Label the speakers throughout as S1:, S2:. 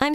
S1: I'm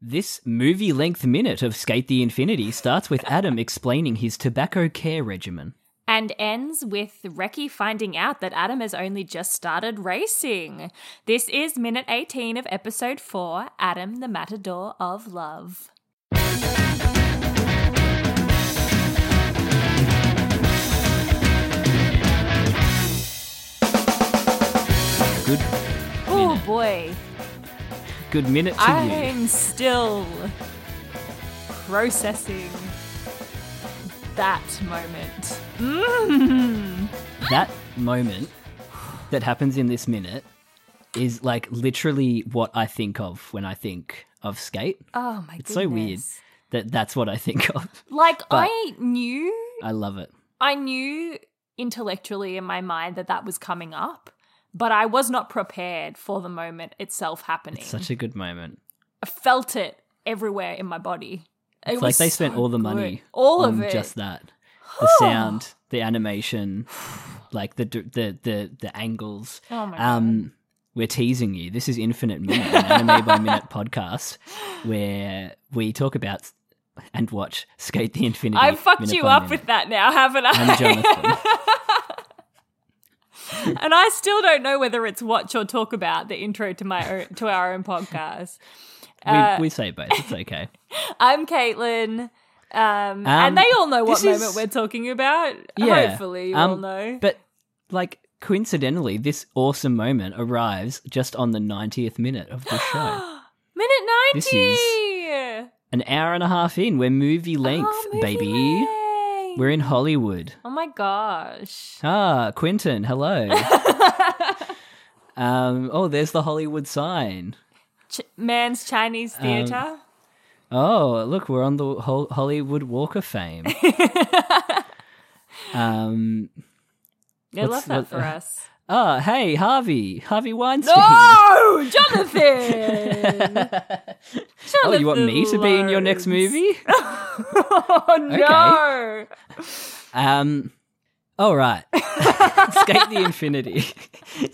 S2: This movie length minute of Skate the Infinity starts with Adam explaining his tobacco care regimen.
S3: and ends with Reki finding out that Adam has only just started racing. This is minute 18 of episode 4 Adam, the Matador of Love.
S2: Good,
S3: Oh boy,
S2: good minute to you.
S3: I'm still processing that moment.
S2: That moment that happens in this minute is like literally what I think of when I think of skate.
S3: Oh my
S2: it's
S3: goodness.
S2: so weird that that's what I think of.
S3: Like
S2: But-
S3: I knew
S2: I love it.
S3: I knew intellectually in my mind that that was coming up, but I was not prepared for the moment itself happening.
S2: It's such a good moment.
S3: I felt it everywhere in my body. It
S2: It's
S3: was
S2: like they spent
S3: so
S2: all the
S3: good.
S2: money
S3: all
S2: on
S3: of it,
S2: just that. The sound, the animation, like the d- the the the angles.
S3: Oh my
S2: Um we're teasing you. This is Infinite Minute, an anime by minute podcast where we talk about s- and watch Skate the Infinity.
S3: I fucked
S2: minute
S3: you
S2: by
S3: up
S2: minute.
S3: with that now, haven't I?
S2: I'm Jonathan.
S3: and I still don't know whether it's watch or talk about the intro to my own, to our own podcast.
S2: we, we
S3: Uh,
S2: say both. It's okay.
S3: I'm Caitlin. Um,
S2: Um,
S3: and they all know what
S2: this
S3: moment
S2: is-
S3: we're talking about.
S2: Yeah.
S3: Hopefully, you all
S2: um,
S3: know.
S2: But like coincidentally, this awesome moment arrives just on the 90th minute of the show.
S3: Minute 90!
S2: This An hour and a half in. We're movie length,
S3: Oh, movie
S2: baby.
S3: length.
S2: We're in Hollywood.
S3: Oh my gosh.
S2: Ah, Quentin, hello. um, oh, there's the Hollywood sign.
S3: Ch- man's Chinese
S2: Um,
S3: theatre.
S2: Oh, look, we're on the Hol- Hollywood Walk of Fame. um,
S3: they left
S2: what's-
S3: that
S2: what-
S3: for us.
S2: oh, hey, Harvey. Harvey Weinstein.
S3: No! Oh, Jonathan!
S2: Oh, you want me to be in your next movie?
S3: oh no!
S2: Um, all right. Escape the infinity.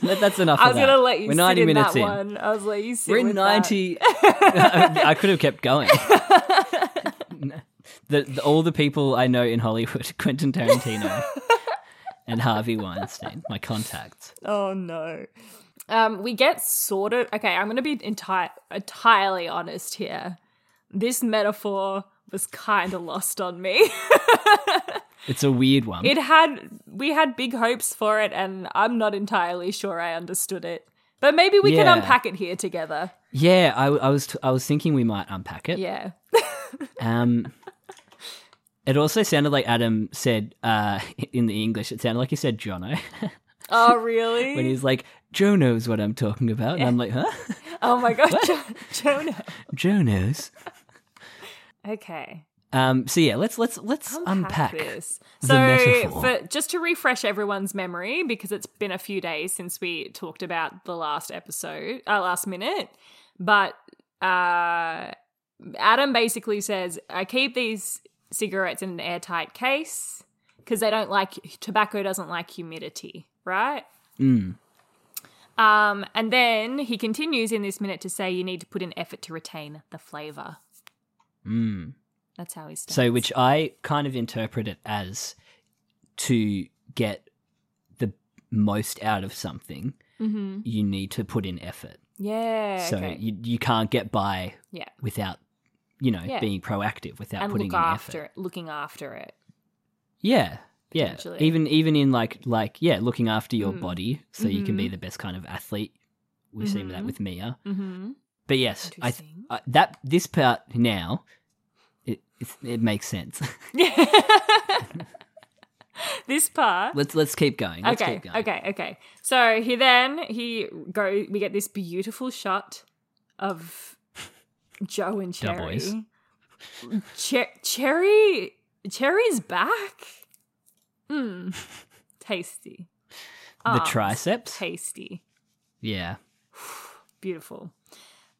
S2: That- That's enough.
S3: I
S2: of
S3: was
S2: that.
S3: going to let you
S2: We're
S3: sit
S2: 90
S3: in
S2: minutes
S3: that
S2: in.
S3: one. I was like, you sit
S2: We're in
S3: with that.
S2: 90. I could have kept going. the, the- all the people I know in Hollywood Quentin Tarantino and Harvey Weinstein, my contacts.
S3: Oh no. Um, we get sort of okay. I'm going to be entire entirely honest here. This metaphor was kind of lost on me.
S2: It's a weird one.
S3: it had we had big hopes for it, and I'm not entirely sure I understood it. But maybe we
S2: Yeah.
S3: can unpack it here together.
S2: yeah, I, I was t- I was thinking we might unpack it.
S3: Yeah.
S2: Um, it also sounded like Adam said uh, in the English. It sounded like he said Jono
S3: Oh
S2: when
S3: really?
S2: he's like, "Joe knows what I'm talking about," and I'm like, "Huh?
S3: oh my god, jo- Jonah.
S2: Joe knows."
S3: Okay.
S2: Um, so yeah, let's let's let's unpack.
S3: this.
S2: the
S3: So,
S2: metaphor.
S3: for, just to refresh everyone's memory, because it's been a few days since we talked about the last episode, uh, last minute, but uh, Adam basically says, I keep these cigarettes in an airtight case because they don't like, tobacco doesn't like humidity, right?
S2: Mm,
S3: Um, and then he continues in this minute to say, you need to put in effort to retain the flavor.
S2: Mm.
S3: That's how he starts.
S2: So which I kind of interpret it as to get the most out of something,
S3: mm-hmm.
S2: you need to put in effort.
S3: yeah.
S2: So
S3: okay.
S2: you you can't get by
S3: yeah.
S2: without you know
S3: Yeah.
S2: being proactive without
S3: and
S2: putting
S3: look
S2: in
S3: after
S2: effort.
S3: it, looking after it.
S2: Yeah. Yeah.
S3: Potentially. Mm.
S2: Even even in like like yeah, looking after your body so you can be the best kind of athlete. We've seen that with Mia.
S3: Mm-hmm.
S2: But yes, I, th-
S3: Interesting.
S2: I that this part now it it, it makes sense.
S3: this part.
S2: Let's let's keep going. Let's
S3: okay,
S2: keep going.
S3: okay, okay. So he then he go. We get this beautiful shot of Joe and
S2: Duh
S3: Cherry.
S2: boys.
S3: Che- Cherry, Cherry's back. Mmm, tasty,
S2: The
S3: Arms.
S2: triceps.
S3: tasty,
S2: Yeah.
S3: beautiful.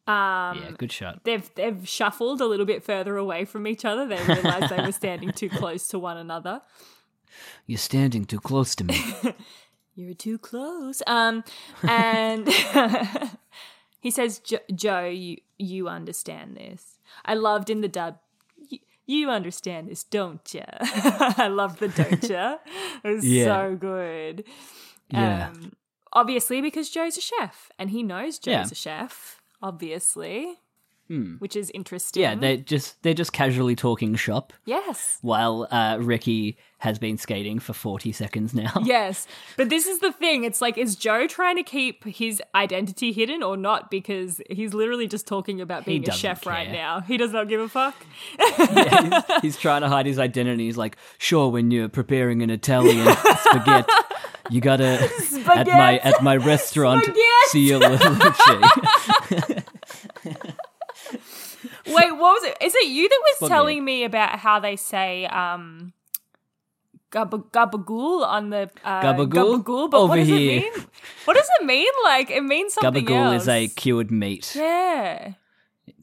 S3: Um,
S2: Yeah, good shot.
S3: they've they've shuffled a little bit further away from each other. They realized they were standing too close to one another.
S2: You're standing too close to me.
S3: You're too close. Um, and he says, jo- Joe, you you understand this. I loved in the dub. "You- You understand this, don't you? I love the don't you. It was
S2: Yeah.
S3: so good.
S2: Yeah.
S3: Um, obviously, because Joe's a chef and he knows Joe's
S2: Yeah. Hmm.
S3: a chef, obviously, which is interesting.
S2: yeah, they're just they're just casually talking shop
S3: yes.
S2: while uh, Ricky has been skating for forty seconds now.
S3: Yes. But this is the thing. It's like, is Joe trying to keep his identity hidden or not? Because he's literally just talking about
S2: He
S3: being a
S2: doesn't
S3: chef right
S2: care.
S3: now. He does not give a fuck.
S2: Yeah, he's, he's trying to hide his identity. He's like, sure, when you're preparing an Italian spaghetti, you gotta at my at my restaurant
S3: Spaghetti.
S2: see a little luce."
S3: Wait, what was it? Is it you that was
S2: Spaghetti.
S3: telling me about how they say um gab- gabagool on the uh,
S2: Gabagool?
S3: gabagool, But
S2: Over
S3: what does
S2: here.
S3: it mean? What does it mean? Like it means something
S2: Gabagool
S3: else.
S2: is a cured meat.
S3: yeah.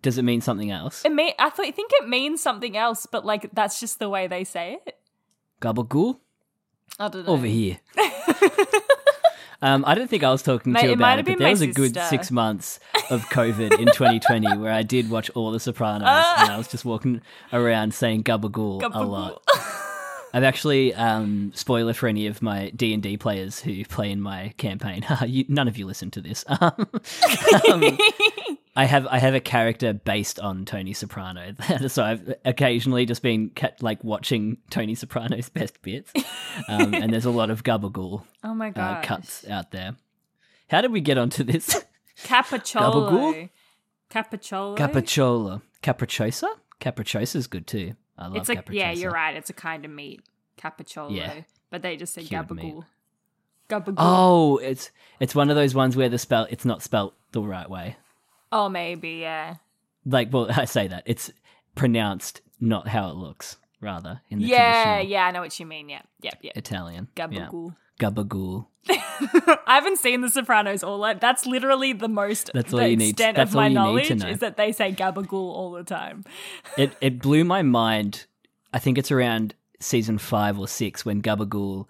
S2: Does it mean something else?
S3: It may- I th- think it means something else, but like that's just the way they say it.
S2: Gabagool
S3: I don't know.
S2: over here. Um, I don't think I was talking
S3: Mate,
S2: to you
S3: it might
S2: about
S3: have
S2: it,
S3: been
S2: but there
S3: my
S2: was a good
S3: sister.
S2: six months of COVID in 2020 where I did watch all The Sopranos and I was just walking around saying gabagool, a lot. I've actually um, spoiler for any of my D and D players who play in my campaign. you, none of you listen to this. Um, um, I have I have a character based on Tony Soprano, so I've occasionally just been kept, like watching Tony Soprano's best bits, um, and there's a lot of gabagool
S3: oh my god.
S2: uh, cuts out there. How did we get onto this?
S3: Cappuccolo.
S2: Gabagool?
S3: Cappuccolo.
S2: Capricciola, capricciosa, capricciosa is good too. I love
S3: It's like yeah,
S2: capricciosa.
S3: you're right. It's a kind of meat. Cappuccolo.
S2: Yeah.
S3: But they just said
S2: Cured meat.
S3: gabagool. Gabagool. Oh.
S2: Oh, it's it's one of those ones where the spell it's not spelt the right way.
S3: Oh, maybe yeah.
S2: Like, well, I say that it's pronounced not how it looks, rather in the
S3: Yeah,
S2: traditional
S3: yeah. I know what you mean. Yep, yep, yep.
S2: Italian. Yeah.
S3: Gabagool.
S2: Gabagool.
S3: I haven't seen The Sopranos all that. That's literally the most.
S2: That's all
S3: the
S2: you need-
S3: Extent
S2: that's
S3: of
S2: all
S3: my
S2: you need to
S3: knowledge
S2: know.
S3: is that they say gabagool all the time.
S2: It it blew my mind. I think it's around season five or six when Gabagool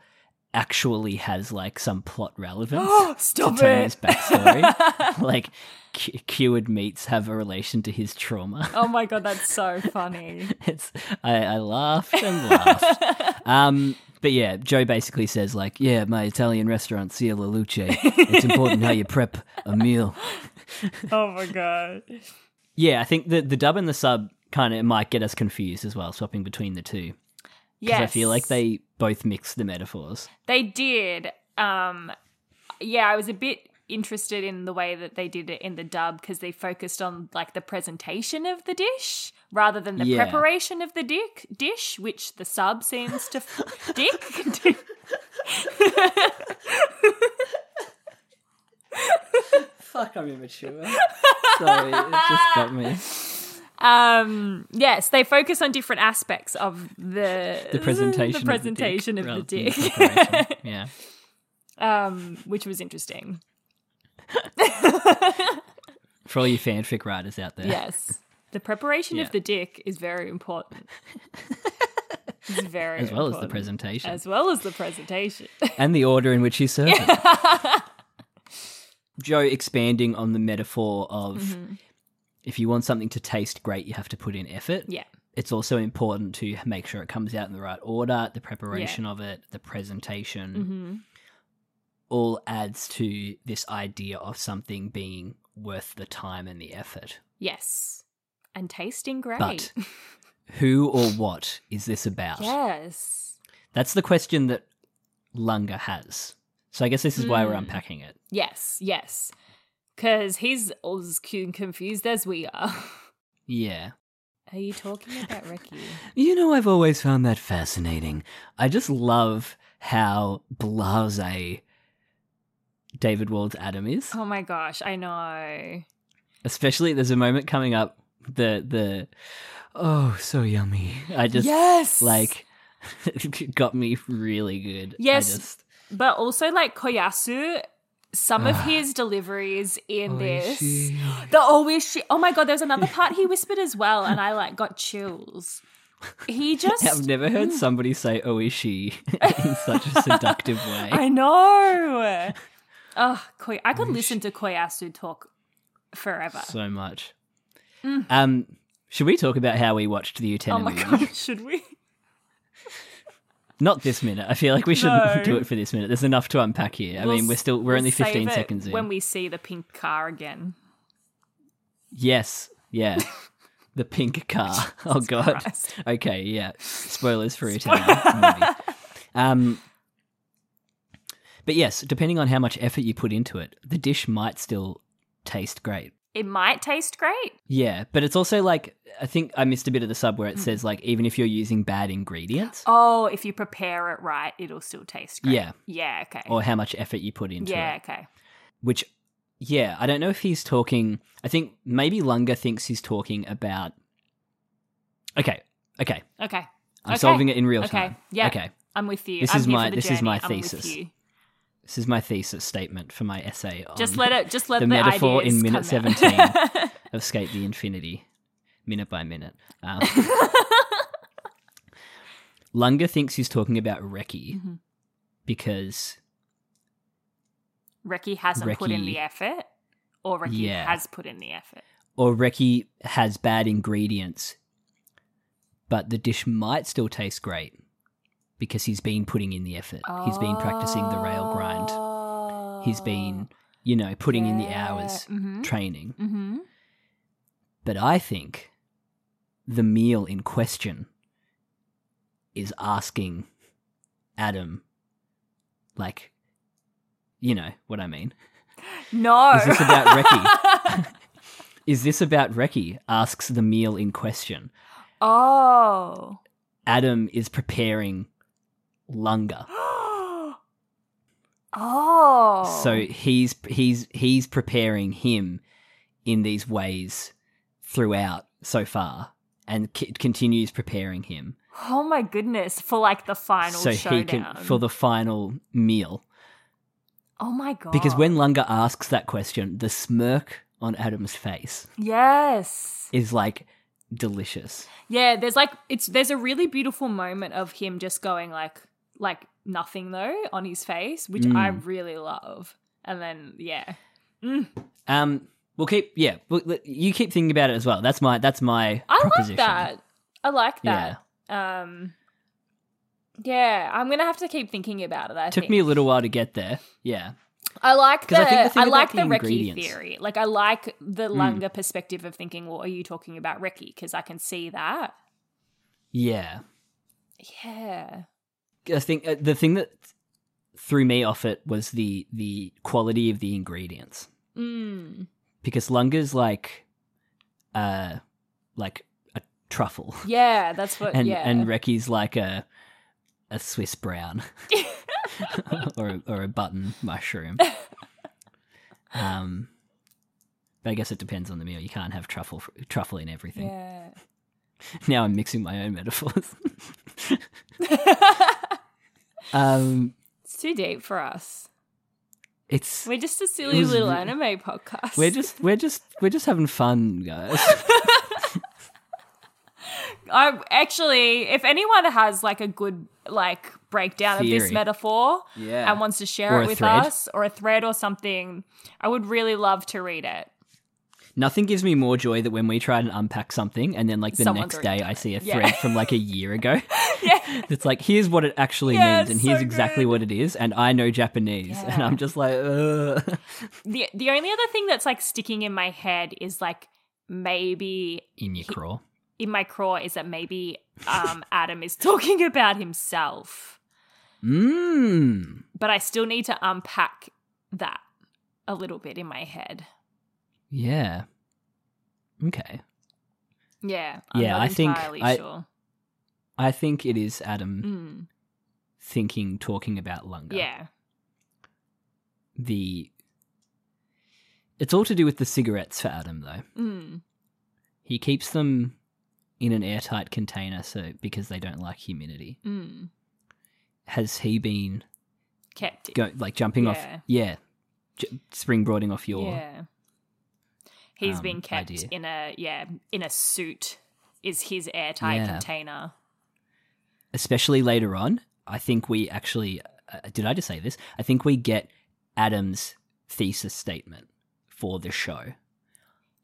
S2: actually has like some plot relevance
S3: Stop
S2: to Tony's
S3: it!
S2: backstory. like, cu- cured meats have a relation to his trauma.
S3: Oh my god, that's so funny.
S2: it's I, I laughed and laughed. um, but yeah, Joe basically says like, "Yeah, my Italian restaurant, Cia La Luce. It's important how you prep a meal."
S3: Oh my god.
S2: Yeah, I think the the dub and the sub kind of might get us confused as well, swapping between the two because
S3: Yes.
S2: I feel like they both mix the metaphors.
S3: They did. Um, yeah, I was a bit interested in the way that they did it in the dub because they focused on like the presentation of the dish rather than the
S2: Yeah.
S3: preparation of the dick dish, which the sub seems to f- dick. dick.
S2: Fuck, I'm immature. Sorry, it just got me.
S3: Um, yes, they focus on different aspects of the
S2: The presentation,
S3: the presentation of the dick,
S2: dick. yeah.
S3: um, which was interesting.
S2: For all you fanfic writers out there,
S3: Yes, the preparation
S2: Yeah.
S3: of the dick is very important. It's very
S2: as well as the
S3: important.
S2: presentation
S3: as well as the presentation.
S2: and the order in which he served it. Joe expanding on the metaphor of
S3: Mm-hmm.
S2: if you want something to taste great, you have to put in effort.
S3: yeah.
S2: It's also important to make sure it comes out in the right order, the preparation of it, the presentation,
S3: Mm-hmm.
S2: all adds to this idea of something being worth the time and the effort.
S3: Yes. And tasting great.
S2: But who or what is this about?
S3: yes.
S2: That's the question that Lunga has. So I guess this is why we're
S3: Hmm.
S2: unpacking it.
S3: Yes. Yes. Because he's as cu- confused as we are.
S2: Yeah.
S3: Are you talking about Ricky?
S2: You know, I've always found that fascinating. I just love how blase David Wald's Adam is.
S3: Oh my gosh, I know.
S2: Especially, there's a moment coming up. The the oh, so yummy. I just
S3: yes,
S2: like got me really good. I
S3: Yes.
S2: just-
S3: but also like Koyasu. Some of his deliveries in this, the always she. Oh my god, there's another part he whispered as well, and I like got chills. He just,
S2: I've never heard somebody say "oishi" in such a seductive way.
S3: I know. Oh, Koy- I could listen to Koyasu talk forever.
S2: so much. Um, should we talk about how we watched the Utena
S3: Mm. oh my
S2: movie?
S3: god, should we?
S2: Not this minute. I feel like we shouldn't
S3: No.
S2: do it for this minute. There's enough to unpack here. I
S3: We'll
S2: mean, we're
S3: s-
S2: still we're
S3: we'll
S2: only
S3: save
S2: 15
S3: it
S2: seconds in.
S3: when we see the pink car again.
S2: yes, yeah, the pink car. oh god.
S3: Christ.
S2: Okay, yeah. Spoilers for Utena movie. Um, but yes, depending on how much effort you put into it, the dish might still taste great.
S3: It might taste great.
S2: Yeah, but it's also like I think I missed a bit of the sub where it says like even if you're using bad ingredients
S3: Mm. Oh, if you prepare it right, it'll still taste great.
S2: Yeah.
S3: Yeah, okay.
S2: or how much effort you put into
S3: yeah,
S2: it.
S3: okay.
S2: Which yeah, I don't know if he's talking I think maybe Lunga thinks he's talking about Okay. Okay.
S3: Okay.
S2: I'm
S3: Okay.
S2: solving it in real
S3: Okay.
S2: time.
S3: Yeah.
S2: Okay.
S3: I'm with you.
S2: This
S3: I'm
S2: is
S3: here
S2: my-
S3: for the
S2: this is
S3: journey.
S2: my
S3: I'm with
S2: thesis.
S3: you.
S2: This is my thesis statement for my essay on
S3: Just let it just let
S2: the
S3: the,
S2: metaphor in
S3: ideas
S2: minute
S3: come out.
S2: 17 escape the infinity minute by minute um, lunga thinks he's talking about reki
S3: Mm-hmm.
S2: because
S3: Ricky hasn't put in
S2: Ricky-
S3: the effort. Or Ricky
S2: Yeah.
S3: has put in the effort.
S2: or reki has bad ingredients but the dish might still taste great because he's been putting in the effort he's been practicing the rail grind he's been
S3: Oh,
S2: you know putting in the hours
S3: Mhm.
S2: training
S3: Mm-hmm.
S2: But I think the meal in question is asking Adam, like, you know what I mean.
S3: No.
S2: Is this about Reki? is this about Reki? Asks the meal in question.
S3: oh.
S2: Adam is preparing lunga.
S3: oh.
S2: So he's he's he's preparing him in these ways throughout so far, and c- continues preparing him.
S3: Oh my goodness! For like the final
S2: so
S3: showdown.
S2: he can for the final meal.
S3: oh my god!
S2: Because when Lunga asks that question, the smirk on Adam's face
S3: yes,
S2: is like delicious.
S3: yeah, there's like it's there's a really beautiful moment of him just going like like nothing though on his face, which I
S2: Mm.
S3: really love. And then yeah,
S2: Um, we'll keep yeah. We'll, let- you keep thinking about it as well. That's my that's my
S3: I like
S2: proposition.
S3: that. I like that. Um, yeah, I'm gonna have to keep thinking about it. I
S2: Took
S3: think.
S2: me a little while to get there. Yeah,
S3: I like
S2: 'Cause I
S3: the I,
S2: think the thing about
S3: like
S2: the
S3: the, Reki
S2: ingredients- Hmm.
S3: theory. Like I like the longer perspective of thinking. Well, are you talking about Reki? Because I can see that.
S2: yeah.
S3: Yeah.
S2: I think uh, the thing that threw me off it was the the quality of the ingredients
S3: Mm.
S2: because Lunga's like, uh, like a truffle.
S3: Yeah, that's what.
S2: and
S3: yeah.
S2: and Reki's like a a Swiss brown or a, or a button mushroom. Um, but I guess it depends on the meal. You can't have truffle truffle in everything.
S3: yeah.
S2: Now I'm mixing my own metaphors. um,
S3: It's too deep for us.
S2: it's
S3: We're just a silly
S2: was
S3: little
S2: re-
S3: anime podcast.
S2: we're just we're just we're just having fun, guys.
S3: I actually, if anyone has like a good like breakdown of
S2: Theory.
S3: this metaphor
S2: Yeah.
S3: and wants to share
S2: Or a
S3: it with
S2: thread.
S3: us or a thread or something, I would really love to read it.
S2: Nothing gives me more joy than when we try and unpack something, and then like the
S3: Someone's
S2: next
S3: already
S2: day I see a
S3: Yeah.
S2: thread from like a year ago.
S3: Yeah.
S2: It's like here's what it actually
S3: Yeah,
S2: means, and
S3: it's
S2: here's
S3: so
S2: exactly
S3: good.
S2: what it is, and I know Japanese, and
S3: Yeah.
S2: I'm just like, Ugh.
S3: The the only other thing that's like sticking in my head is like maybe
S2: in your crawl.
S3: in my craw is that maybe um Adam is talking about himself.
S2: Mmm.
S3: but I still need to unpack that a little bit in my head.
S2: Yeah. Okay.
S3: Yeah.
S2: Yeah,
S3: not
S2: I think
S3: entirely
S2: I-
S3: sure.
S2: I think it is Adam
S3: Mm,
S2: thinking, talking about Lunga.
S3: yeah.
S2: The. It's all to do with the cigarettes for Adam, though.
S3: Mm,
S2: He keeps them in an airtight container, so because they don't like humidity.
S3: mm,
S2: Has he been
S3: kept it.
S2: go like jumping
S3: Yeah.
S2: off? Yeah, j- springboarding off your.
S3: yeah. He's
S2: um,
S3: been kept
S2: idea.
S3: in a yeah in a suit. Is his airtight
S2: Yeah.
S3: container?
S2: especially later on, I think we actually uh, did I just say this? I think we get Adam's thesis statement for the show.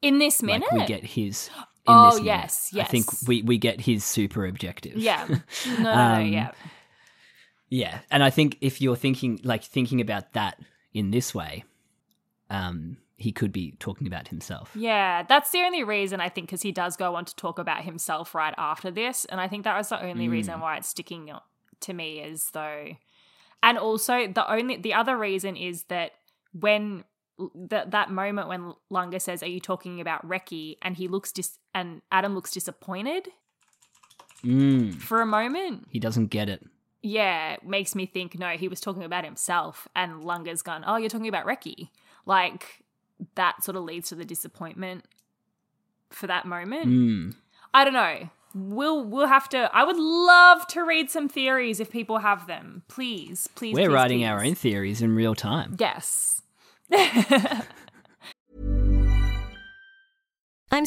S3: In this minute,
S2: Like we get his in
S3: Oh,
S2: this minute.
S3: yes,
S2: I think
S3: yes.
S2: we we get his super objective.
S3: yeah, no, no, no,
S2: Um,
S3: yeah,
S2: Yeah. And I think if you're thinking like thinking about that in this way, um he could be talking about himself.
S3: yeah. That's the only reason I think because he does go on to talk about himself right after this, and I think that was the only
S2: Mm.
S3: reason why it's sticking o- to me as though, and also the only the other reason is that when that that moment when Lunga says, "Are you talking about Reki?" and he looks dis and Adam looks disappointed
S2: Mm.
S3: for a moment.
S2: He doesn't get it.
S3: yeah, it makes me think no, he was talking about himself and Lunga's gone, oh, you're talking about Reki. Like, that sort of leads to the disappointment for that moment.
S2: Mm.
S3: I don't know. We'll we'll have to I would love to read some theories if people have them. Please, please.
S2: We're
S3: please,
S2: writing
S3: please.
S2: our own theories in real time.
S3: Yes.
S1: I'm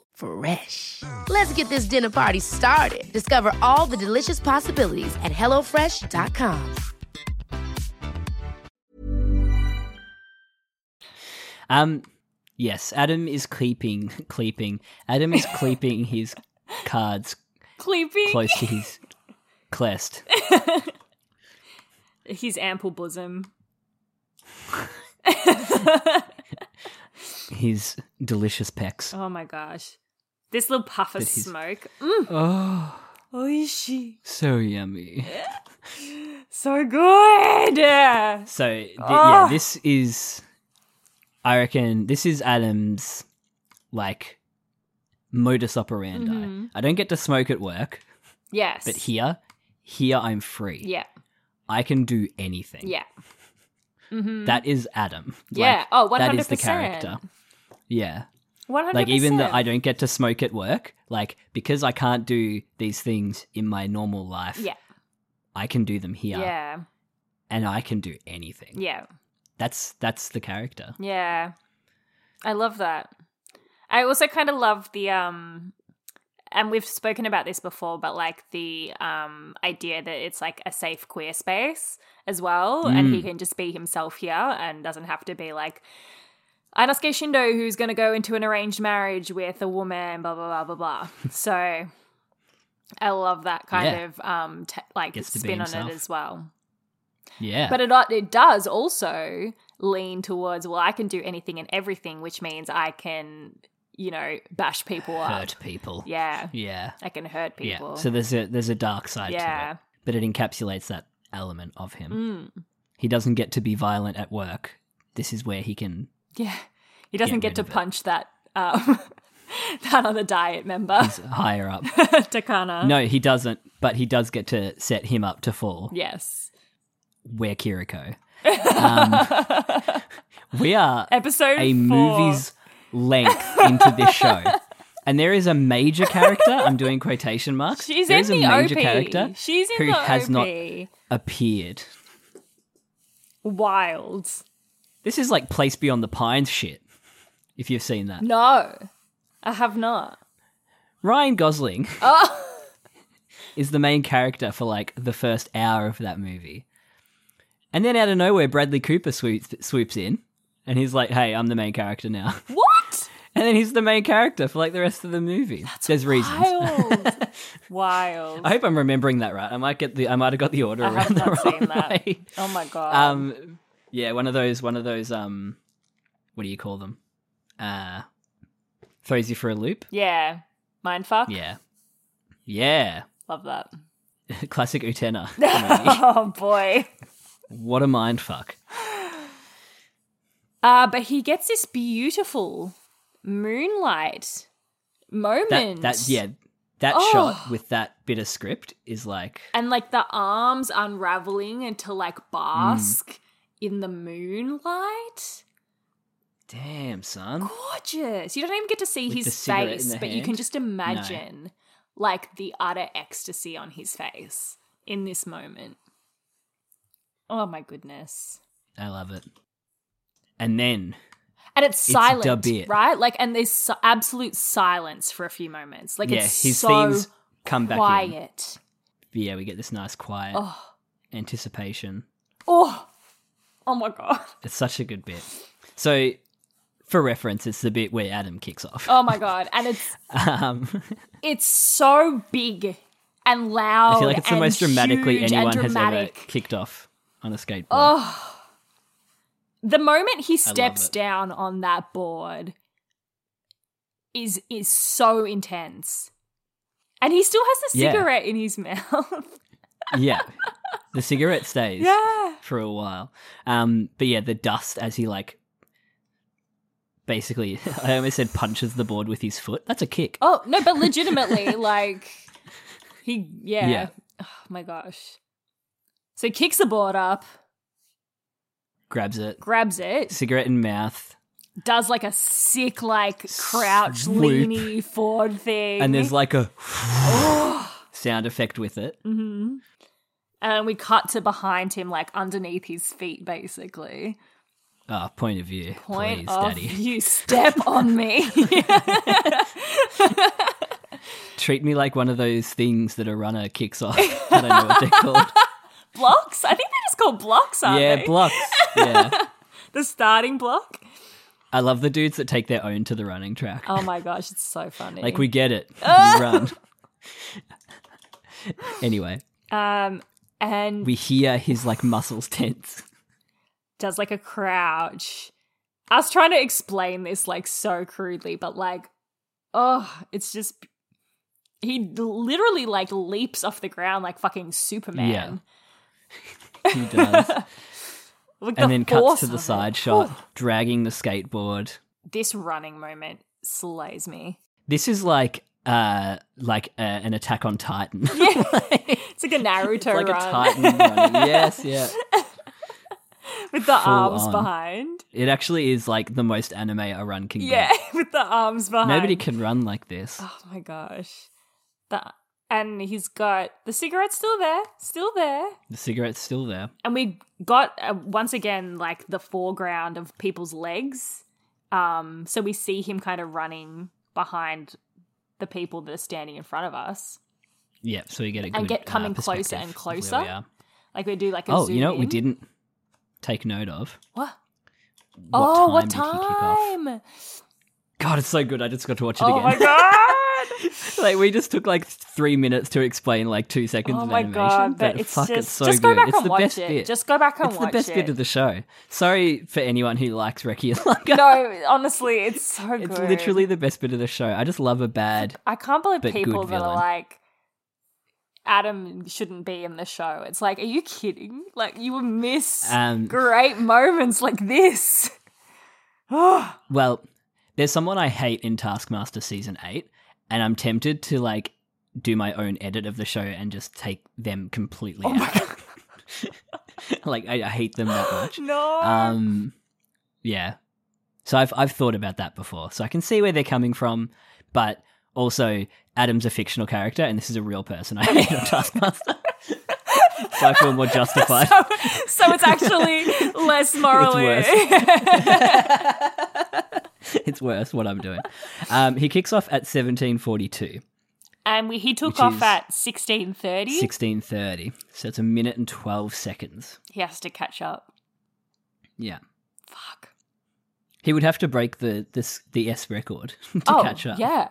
S4: Fresh. Let's get this dinner party started. Discover all the delicious possibilities at hellofresh.com.
S2: Um, yes, Adam is keeping, keeping. Adam is keeping his cards
S3: Cleeping
S2: close to his clest.
S3: his ample bosom.
S2: His delicious pecs.
S3: Oh my gosh. This little puff of
S2: That he's-
S3: smoke. Mm,
S2: Oh,
S3: oishi.
S2: so yummy.
S3: So good.
S2: So th- yeah,
S3: Ah.
S2: this is. I reckon this is Adam's, like, modus operandi.
S3: Mm-hmm.
S2: I don't get to smoke at work,
S3: Yes.
S2: but here, here I'm free.
S3: Yeah.
S2: I can do anything.
S3: Yeah. Mm-hmm.
S2: That is Adam.
S3: Yeah.
S2: Like,
S3: Oh,
S2: That is the
S3: 100%.
S2: character. Yeah.
S3: 100%.
S2: Like even though I don't get to smoke at work, like because I can't do these things in my normal life,
S3: Yeah.
S2: I can do them here,
S3: Yeah.
S2: and I can do anything.
S3: Yeah.
S2: That's that's the character.
S3: Yeah. I love that. I also kind of love the um and we've spoken about this before, but like the um idea that it's like a safe queer space as well and
S2: Mm.
S3: he can just be himself here and doesn't have to be like Ainosuke Shindo who's going to go into an arranged marriage with a woman blah blah blah blah blah. so I love that kind
S2: Yeah.
S3: of um t- like
S2: Gets to be
S3: spin on
S2: himself.
S3: it as well.
S2: Yeah,
S3: But it o- it does also lean towards well, I can do anything and everything, which means I can you know bash people
S2: hurt
S3: up.
S2: people.
S3: Yeah,
S2: yeah,
S3: I can hurt people.
S2: yeah. So there's a there's a dark side
S3: Yeah.
S2: to it, but it encapsulates that element of him.
S3: Mm.
S2: He doesn't get to be violent at work. This is where he can.
S3: yeah, he doesn't
S2: Get
S3: get, to
S2: rid of it.
S3: punch that um, that other diet member
S2: He's higher up.
S3: Takana.
S2: no, he doesn't. But he does get to set him up to fall.
S3: Yes.
S2: We're Kiriko. Um, we are
S3: Episode
S2: a
S3: four.
S2: movie's length into this show. And there is a major character, I'm doing quotation marks.
S3: She's
S2: there
S3: in
S2: is
S3: the
S2: a major
S3: OP.
S2: character
S3: She's in
S2: who
S3: the
S2: has
S3: OP.
S2: not appeared.
S3: Wild.
S2: This is like Place Beyond the Pines shit, if you've seen that.
S3: No, I have not.
S2: Ryan Gosling
S3: Oh.
S2: is the main character for like the first hour of that movie. And then out of nowhere, Bradley Cooper swoops, swoops in and he's like, hey, I'm the main character now.
S3: What?
S2: And then he's the main character for like the rest of the movie. There's reasons.
S3: Wild. Wild.
S2: I hope I'm remembering that right. I might get the I might have got the order
S3: I have
S2: around the
S3: not
S2: wrong
S3: seen that.
S2: way.
S3: Oh my god.
S2: Um, yeah, one of those, one of those. Um, what do you call them? Uh, throws you for a loop.
S3: yeah. Mindfuck.
S2: Yeah, yeah.
S3: Love that.
S2: Classic Utena.
S3: oh boy.
S2: what a mind fuck.
S3: Uh, but he gets this beautiful moonlight moment.
S2: That that yeah. That
S3: Oh.
S2: shot with that bit of script is like
S3: And like the arms unraveling and to like bask
S2: Mm.
S3: in the moonlight.
S2: Damn, son.
S3: Gorgeous. You don't even get to see
S2: With the
S3: his
S2: cigarette in
S3: face,
S2: the
S3: but you can
S2: hand?
S3: just imagine like the utter ecstasy on his face in this moment. Oh my goodness.
S2: I love it. And then
S3: And it's
S2: It's
S3: silent,
S2: da bit.
S3: right? Like, and there's si- absolute silence for a few moments. Like,
S2: yeah,
S3: it's
S2: his
S3: so
S2: themes come back in. But
S3: quiet.
S2: yeah, we get this nice quiet
S3: Oh.
S2: anticipation.
S3: Oh, oh my god.
S2: It's such a good bit. So, for reference, it's the bit where Adam kicks off.
S3: Oh my god. And it's
S2: Um,
S3: it's so big and loud.
S2: I feel like it's the
S3: Oh, and
S2: most dramatically
S3: huge
S2: anyone
S3: and
S2: has ever
S3: dramatic.
S2: kicked off on a skateboard.
S3: The moment he
S2: love
S3: steps
S2: it.
S3: down on that board is is so intense. And he still has the
S2: Yeah.
S3: cigarette in his mouth.
S2: Yeah, the cigarette stays
S3: yeah.
S2: for a while. Um, but yeah, the dust as he like basically, I almost said punches the board with his foot. That's a kick.
S3: Oh, no, but legitimately, like he yeah.
S2: Yeah.
S3: Oh my gosh. So he kicks the board up,
S2: Grabs it,
S3: grabs it,
S2: cigarette in mouth,
S3: does like a sick like crouch
S2: Swoop.
S3: leany forward thing.
S2: and there's like a sound effect with it.
S3: hmm And we cut to behind him, like underneath his feet, basically.
S2: Ah, point of view.
S3: Point
S2: Please,
S3: of
S2: daddy.
S3: you step on me.
S2: Treat me like one of those things that a runner kicks off. I don't know what they're called.
S3: blocks? I think they're just called blocks, aren't
S2: yeah,
S3: they?
S2: blocks. Yeah.
S3: the starting block.
S2: I love the dudes that take their own to the running track.
S3: Oh my gosh, it's so funny.
S2: Like, we get it. You
S3: Ah!
S2: run. anyway,
S3: um and
S2: we hear his, like, muscles tense.
S3: does like a crouch. I was trying to explain this like so crudely, but like, oh, it's just he literally like leaps off the ground like fucking Superman.
S2: Yeah. He does.
S3: Like,
S2: and
S3: the
S2: then cuts
S3: force
S2: to the
S3: of it.
S2: side
S3: Whew.
S2: shot, dragging the skateboard.
S3: This running moment slays me.
S2: This is like, uh, like uh, an attack on Titan.
S3: It's like a Naruto
S2: like a
S3: run
S2: Titan running. Yes, yeah.
S3: with the
S2: full
S3: arms
S2: on.
S3: behind.
S2: It actually is like the most anime a run can get.
S3: Yeah, with the arms behind.
S2: Nobody can run like this.
S3: Oh my gosh. The and he's got the cigarette still there, still there.
S2: The cigarette's still there.
S3: and we got uh, once again like the foreground of people's legs um so we see him kind of running behind the people that are standing in front of us
S2: Yeah, so we get a good
S3: And get coming
S2: uh,
S3: closer
S2: perspective
S3: and
S2: of where we
S3: closer.
S2: are.
S3: like we do like a
S2: Oh,
S3: zoom
S2: you know what we
S3: in.
S2: didn't take note of?
S3: what,
S2: What
S3: oh what
S2: did he kick off?
S3: time
S2: God, it's so good. I just got to watch it
S3: oh
S2: again.
S3: my god
S2: like we just took like three minutes to explain like two seconds
S3: oh
S2: of
S3: my
S2: animation,
S3: god
S2: but,
S3: but it's
S2: fuck,
S3: just
S2: it's so
S3: just
S2: good.
S3: go back
S2: it's
S3: and
S2: the
S3: watch
S2: best
S3: it
S2: bit.
S3: just go back and
S2: it's
S3: watch
S2: the best
S3: it
S2: bit of the show. Sorry for anyone who likes Reki Alanga.
S3: no honestly it's so
S2: it's
S3: good
S2: literally the best bit of the show. I just love a bad.
S3: I can't believe
S2: but
S3: people that
S2: good
S3: are
S2: villain.
S3: like, Adam shouldn't be in the show. It's like, are you kidding? Like, you would miss
S2: Um,
S3: great moments like this.
S2: Well, there's someone I hate in Taskmaster season eight, and I'm tempted to like do my own edit of the show and just take them completely
S3: Oh
S2: out. like I, I hate them that much.
S3: No.
S2: Um, yeah. So I've I've thought about that before, so I can see where they're coming from, but also Adam's a fictional character, and this is a real person I hate on Taskmaster. I feel more justified.
S3: so, so it's actually less morally.
S2: it's worse what I'm doing. Um, he kicks off at 1742,
S3: and we, he took
S2: Which
S3: off
S2: is
S3: at sixteen thirty.
S2: 1630. So it's a minute and 12 seconds.
S3: He has to catch up.
S2: Yeah.
S3: Fuck.
S2: He would have to break the this the S record to
S3: oh,
S2: catch up.
S3: Yeah.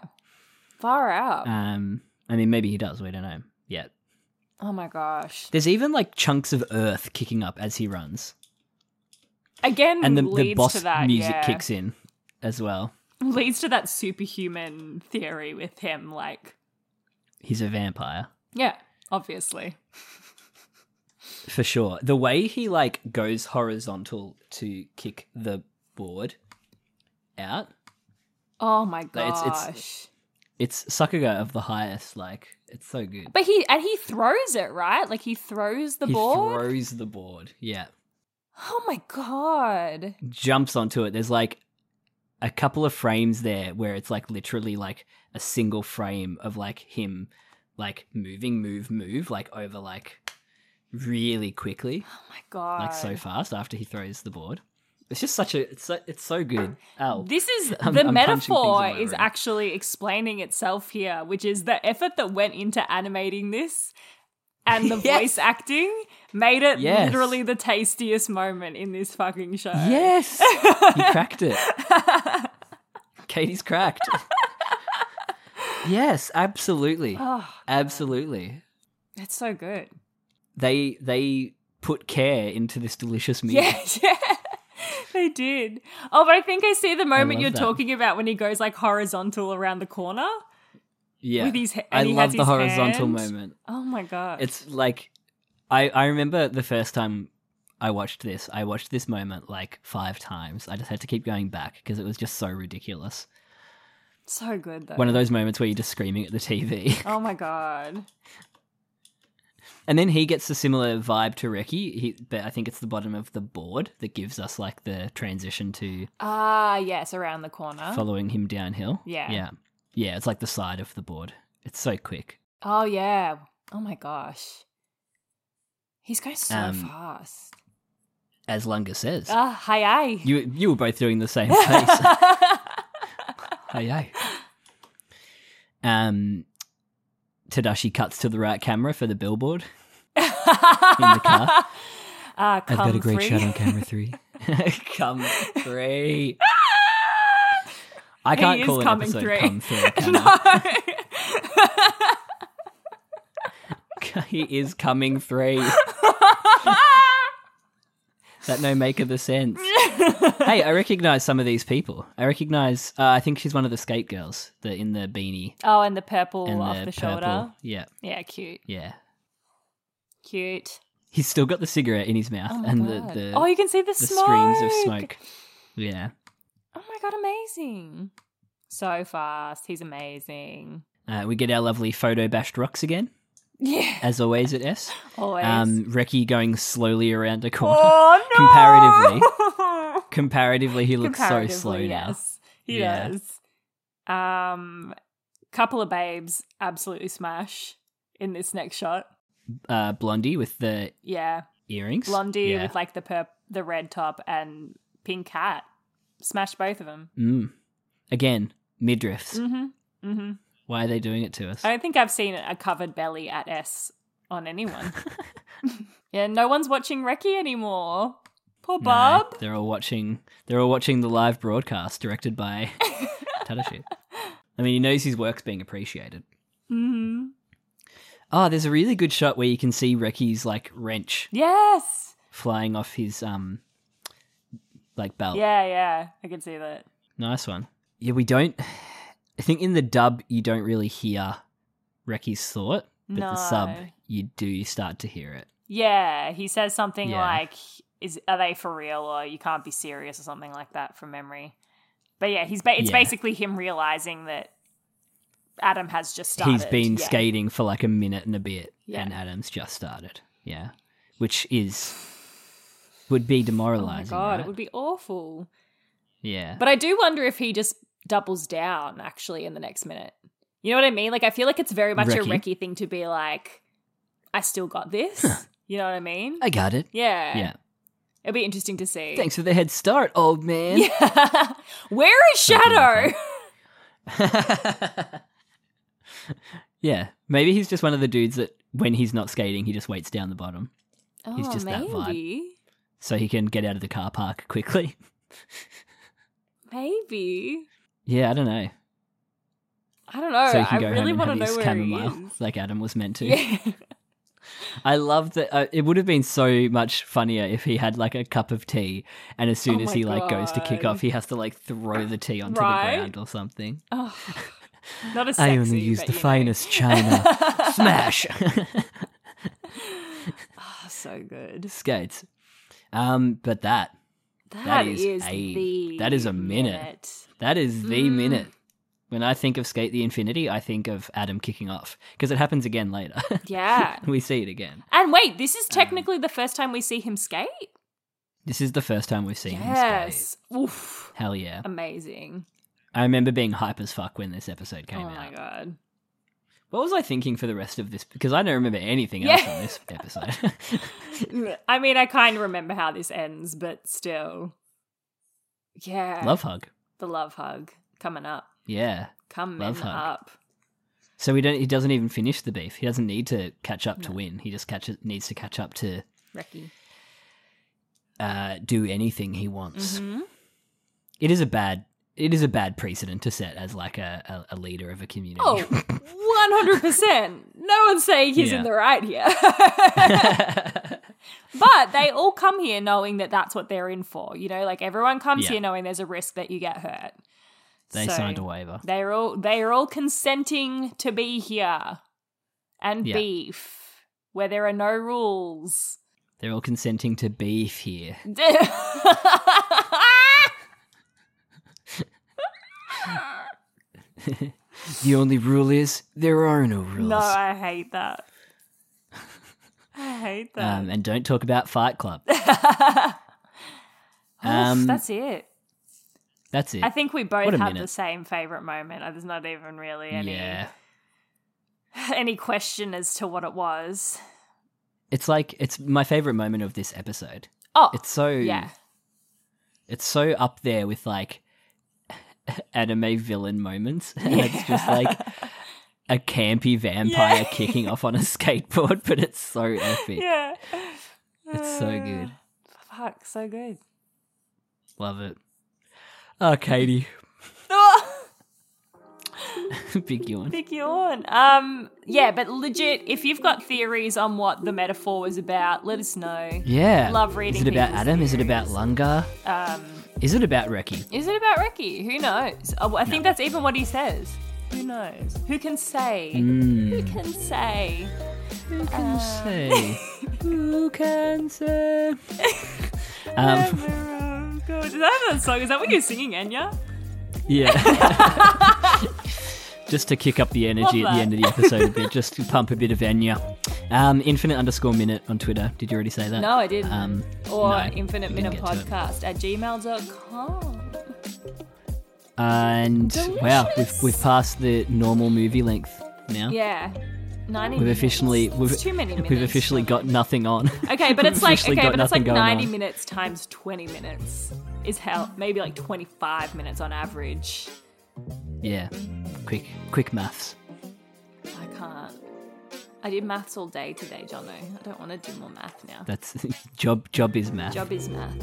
S3: Far out.
S2: Um, I mean, maybe he does. We don't know yet.
S3: oh my gosh.
S2: There's even like chunks of earth kicking up as he runs,
S3: Again,
S2: and the,
S3: leads
S2: the boss
S3: to that,
S2: music
S3: yeah.
S2: kicks in as well.
S3: Leads to that superhuman theory with him, like,
S2: He's a vampire
S3: yeah, obviously.
S2: for sure. The way he like goes horizontal to kick the board out,
S3: Oh my
S2: No,
S3: gosh.
S2: it's- it's- it's Sakuga of the highest. Like it's so good.
S3: But he and he throws it, right? Like he throws the
S2: he
S3: board.
S2: throws the board. Yeah,
S3: Oh my god. Oh
S2: jumps onto it. There's like a couple of frames there where it's like literally like a single frame of like him like moving, move, move, like over like really quickly,
S3: Oh my god.
S2: like so fast after he throws the board. It's just such a it's so, it's so good. Ow.
S3: This is
S2: I'm-
S3: the
S2: I'm punching
S3: metaphor
S2: things in my
S3: is
S2: room.
S3: actually explaining itself here, which is the effort that went into animating this and the voice acting made it
S2: Yes.
S3: literally the tastiest moment in this fucking show.
S2: yes, he cracked it. Katie's cracked. yes, absolutely,
S3: Oh,
S2: absolutely.
S3: it's so good.
S2: They they put care into this delicious meal.
S3: Yeah, yeah. They did. Oh, but I think I see the moment
S2: love
S3: you're
S2: that.
S3: talking about when he goes like horizontal around the corner.
S2: Yeah.
S3: with his he-
S2: I
S3: and he
S2: love
S3: has
S2: the
S3: his
S2: horizontal
S3: hand.
S2: moment.
S3: Oh my god.
S2: It's like I I remember the first time I watched this. I watched this moment like 5 times. I just had to keep going back because it was just so ridiculous.
S3: so good though.
S2: One of those moments where you're just screaming at the TV.
S3: oh my god.
S2: and then he gets a similar vibe to Reki, he, but I think it's the bottom of the board that gives us like the transition to
S3: Ah, yes, around the corner.
S2: following him downhill.
S3: Oh. Yeah.
S2: Yeah. Yeah, it's like the side of the board. It's so quick.
S3: Oh yeah. Oh my gosh. He's going so
S2: Um,
S3: fast.
S2: As Lunga says.
S3: Ah, hi hi.
S2: you you were both doing the same face. Hey, hey. Um, Tadashi cuts to the right camera for the billboard. car.
S3: Ah, come free.
S2: camera three. come three. I can't
S3: He is
S2: call an
S3: coming
S2: episode
S3: through.
S2: come three. can
S3: no.
S2: I? he is coming three. that no make of a sense. hey, I recognize some of these people. I recognize. Uh, I think she's one of the skate girls, the in the beanie
S3: oh, and the purple
S2: and
S3: off the,
S2: the,
S3: shoulder.
S2: purple. Yeah,
S3: Yeah, cute.
S2: yeah.
S3: Cute.
S2: He's still got the cigarette in his mouth
S3: Oh my
S2: and the,
S3: god.
S2: the
S3: oh, you can see the,
S2: the
S3: smoke.
S2: streams of smoke. Yeah.
S3: Oh my god, amazing. So fast. He's amazing.
S2: Uh, we get our lovely photo bashed rocks again,
S3: Yeah.
S2: as always at S.
S3: Always.
S2: Um, Reki going slowly around a corner.
S3: oh no.
S2: comparatively, comparatively, he looks so
S3: Comparatively,
S2: slow now.
S3: yes. He
S2: Yeah.
S3: does. Um, couple of babes absolutely smash in this next shot.
S2: Uh, Blondie with the
S3: Yeah,
S2: earrings.
S3: Blondie
S2: yeah.
S3: with like the perp- the red top and pink hat. Smash both of them.
S2: mm. Again, midriffs.
S3: Mm-hmm. Mm-hmm.
S2: Why are they doing it to us?
S3: I don't think I've seen a covered belly at S on anyone. yeah, no one's watching Reki anymore. Poor
S2: No,
S3: Bob.
S2: they're all watching. They're all watching the live broadcast directed by Tadashi. I mean, he knows his work's being appreciated.
S3: Mm-hmm.
S2: Oh, there's a really good shot where you can see Reki's like wrench
S3: Yes.
S2: flying off his um like belt.
S3: Yeah, yeah. I can see that.
S2: Nice one. Yeah, we don't I think in the dub you don't really hear Reki's thought, but
S3: no.
S2: the sub you do start to hear it.
S3: Yeah, he says something
S2: Yeah.
S3: like, "Is are they for real or you can't be serious or something like that from memory." But yeah, he's ba- it's
S2: Yeah.
S3: basically him realizing that Adam has just started.
S2: He's been
S3: Yeah.
S2: skating for like a minute and a bit
S3: Yeah.
S2: and Adam's just started. Yeah. Which is would be
S3: Oh my
S2: demoralizing.
S3: god,
S2: right?
S3: it would be awful.
S2: Yeah.
S3: But I do wonder if he just doubles down actually in the next minute. You know what I mean? Like I feel like it's very much a
S2: Recce.
S3: Recky thing to be like, "I still got this." You know what I mean?
S2: I got it.
S3: yeah.
S2: Yeah.
S3: It'll be interesting to see.
S2: Thanks for the head start, old man.
S3: Yeah. Where is Shadow?
S2: yeah. Maybe he's just one of the dudes that when he's not skating, he just waits down the bottom He's just that vibe.
S3: Oh, maybe.
S2: so he can get out of the car park quickly.
S3: Maybe.
S2: yeah, I don't know.
S3: I don't know.
S2: so he can
S3: Oh,
S2: go
S3: I really
S2: home
S3: want to
S2: and have
S3: know
S2: his
S3: where he
S2: chamomile,
S3: is.
S2: like Adam was meant to.
S3: Yeah.
S2: I love that. Uh, it would have been so much funnier if he had like a cup of tea, and as soon
S3: Oh
S2: as
S3: my
S2: he like goes to kick
S3: God.
S2: off, he has to like throw the tea onto
S3: Right?
S2: the ground or something.
S3: Oh, not as
S2: I
S3: sexy,
S2: only use
S3: but
S2: the
S3: you know.
S2: finest china. Smash.
S3: Oh, so good.
S2: Skates. Um, but that
S3: that
S2: is
S3: is,
S2: a-
S3: the
S2: that is a minute. that is the
S3: Mm.
S2: minute. When I think of Skate the Infinity, I think of Adam kicking off because it happens again later.
S3: Yeah.
S2: we see it again.
S3: And wait, this
S2: Um,
S3: is technically the first time we see him skate.
S2: This is the first time we've seen him skate.
S3: Yes. Oof.
S2: Hell yeah!
S3: Amazing.
S2: I remember being hype as fuck when this episode came
S3: oh
S2: out.
S3: my god.
S2: What was I thinking for the rest of this? Because I don't remember anything
S3: Yeah.
S2: else on this episode.
S3: I mean, I kind of remember how this ends, but still. Yeah.
S2: Love hug.
S3: the love hug coming up.
S2: Yeah.
S3: Coming
S2: Love hug.
S3: up.
S2: So we don't. He doesn't even finish the beef. He doesn't need to catch up to win. He just catches needs to catch up to
S3: Recky.
S2: uh, do anything he wants.
S3: Mhm.
S2: It is a bad. It is a bad precedent to set as like a, a, a leader of a community.
S3: Oh, 100%. No one's saying he's
S2: Yeah.
S3: in the right here. but they all come here knowing that that's what they're in for. You know, like everyone comes
S2: Yeah.
S3: here knowing there's a risk that you get hurt.
S2: they
S3: So
S2: signed a waiver.
S3: They're all they're all consenting to be here and
S2: Yeah.
S3: beef where there are no rules.
S2: They're all consenting to beef here. The only rule is there are no rules.
S3: No, I hate that. I hate that.
S2: um, and don't talk about Fight Club.
S3: Oof,
S2: um,
S3: Oh, that's it.
S2: That's it.
S3: I think we both
S2: What a
S3: have
S2: minute.
S3: the same favorite moment. Uh, There's not even really any
S2: yeah.
S3: any question as to what it was.
S2: It's like it's my favorite moment of this episode.
S3: Oh,
S2: It's so
S3: yeah,
S2: it's so up there with like anime villain moments. And it's just like a campy vampire
S3: Yeah.
S2: kicking off on a skateboard, but it's so epic.
S3: yeah.
S2: It's so good.
S3: Fuck, so good.
S2: Love it. Oh, Katie,
S3: Oh,
S2: big yawn.
S3: Big yawn. Um, yeah, but legit, if you've got theories on what the metaphor was about, let us know.
S2: Yeah.
S3: Love reading
S2: Is it about
S3: people's
S2: Adam? Is it about Lungar?
S3: Um,
S2: Is it about Reki?
S3: is it about Ricky? Who knows? Oh, I think that's even what he says. Who knows? Who can say?
S2: Hmm.
S3: Who can say?
S2: Who can say? Who can say? um,
S3: Oh, God. Is that a song? Is that what you're singing, Enya?
S2: Yeah. just to kick up the energy
S3: Love
S2: at the
S3: that.
S2: end of the episode a bit, just to pump a bit of Enya. Um, infinite underscore minute on Twitter. Did you already say that?
S3: No, I didn't.
S2: Um,
S3: or
S2: no,
S3: Infinite
S2: we didn't
S3: Minute
S2: get to it.
S3: Podcast at gmail.com.
S2: And wow, we've,
S3: Delicious.
S2: we've passed the normal movie length now.
S3: Yeah. 90
S2: We've officially
S3: minutes.
S2: we've,
S3: It's too many minutes.
S2: we've officially got nothing on.
S3: Okay, but it's like
S2: officially
S3: okay,
S2: got
S3: but it's
S2: nothing
S3: like
S2: going
S3: ninety
S2: on.
S3: minutes times twenty minutes is hell. Maybe like twenty five minutes on average.
S2: yeah. Quick quick maths.
S3: I can't. I did maths all day today, Jono. I don't want to do more math now.
S2: That's job job is math. Job,
S3: Job is math.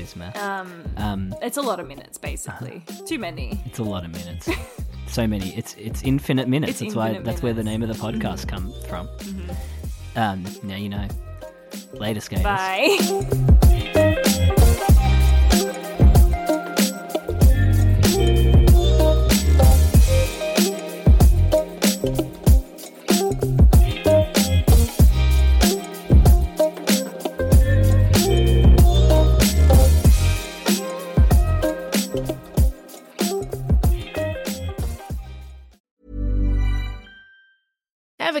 S2: is math. um
S3: It's a lot of minutes, basically.
S2: Uh-huh.
S3: Too many.
S2: It's a lot of minutes. so many. It's it's infinite minutes.
S3: It's
S2: that's why
S3: infinite
S2: that's where the
S3: minutes. Mm-hmm.
S2: name of the podcast come from. Um, now you know. Later, skaters.
S3: Bye.
S4: Ever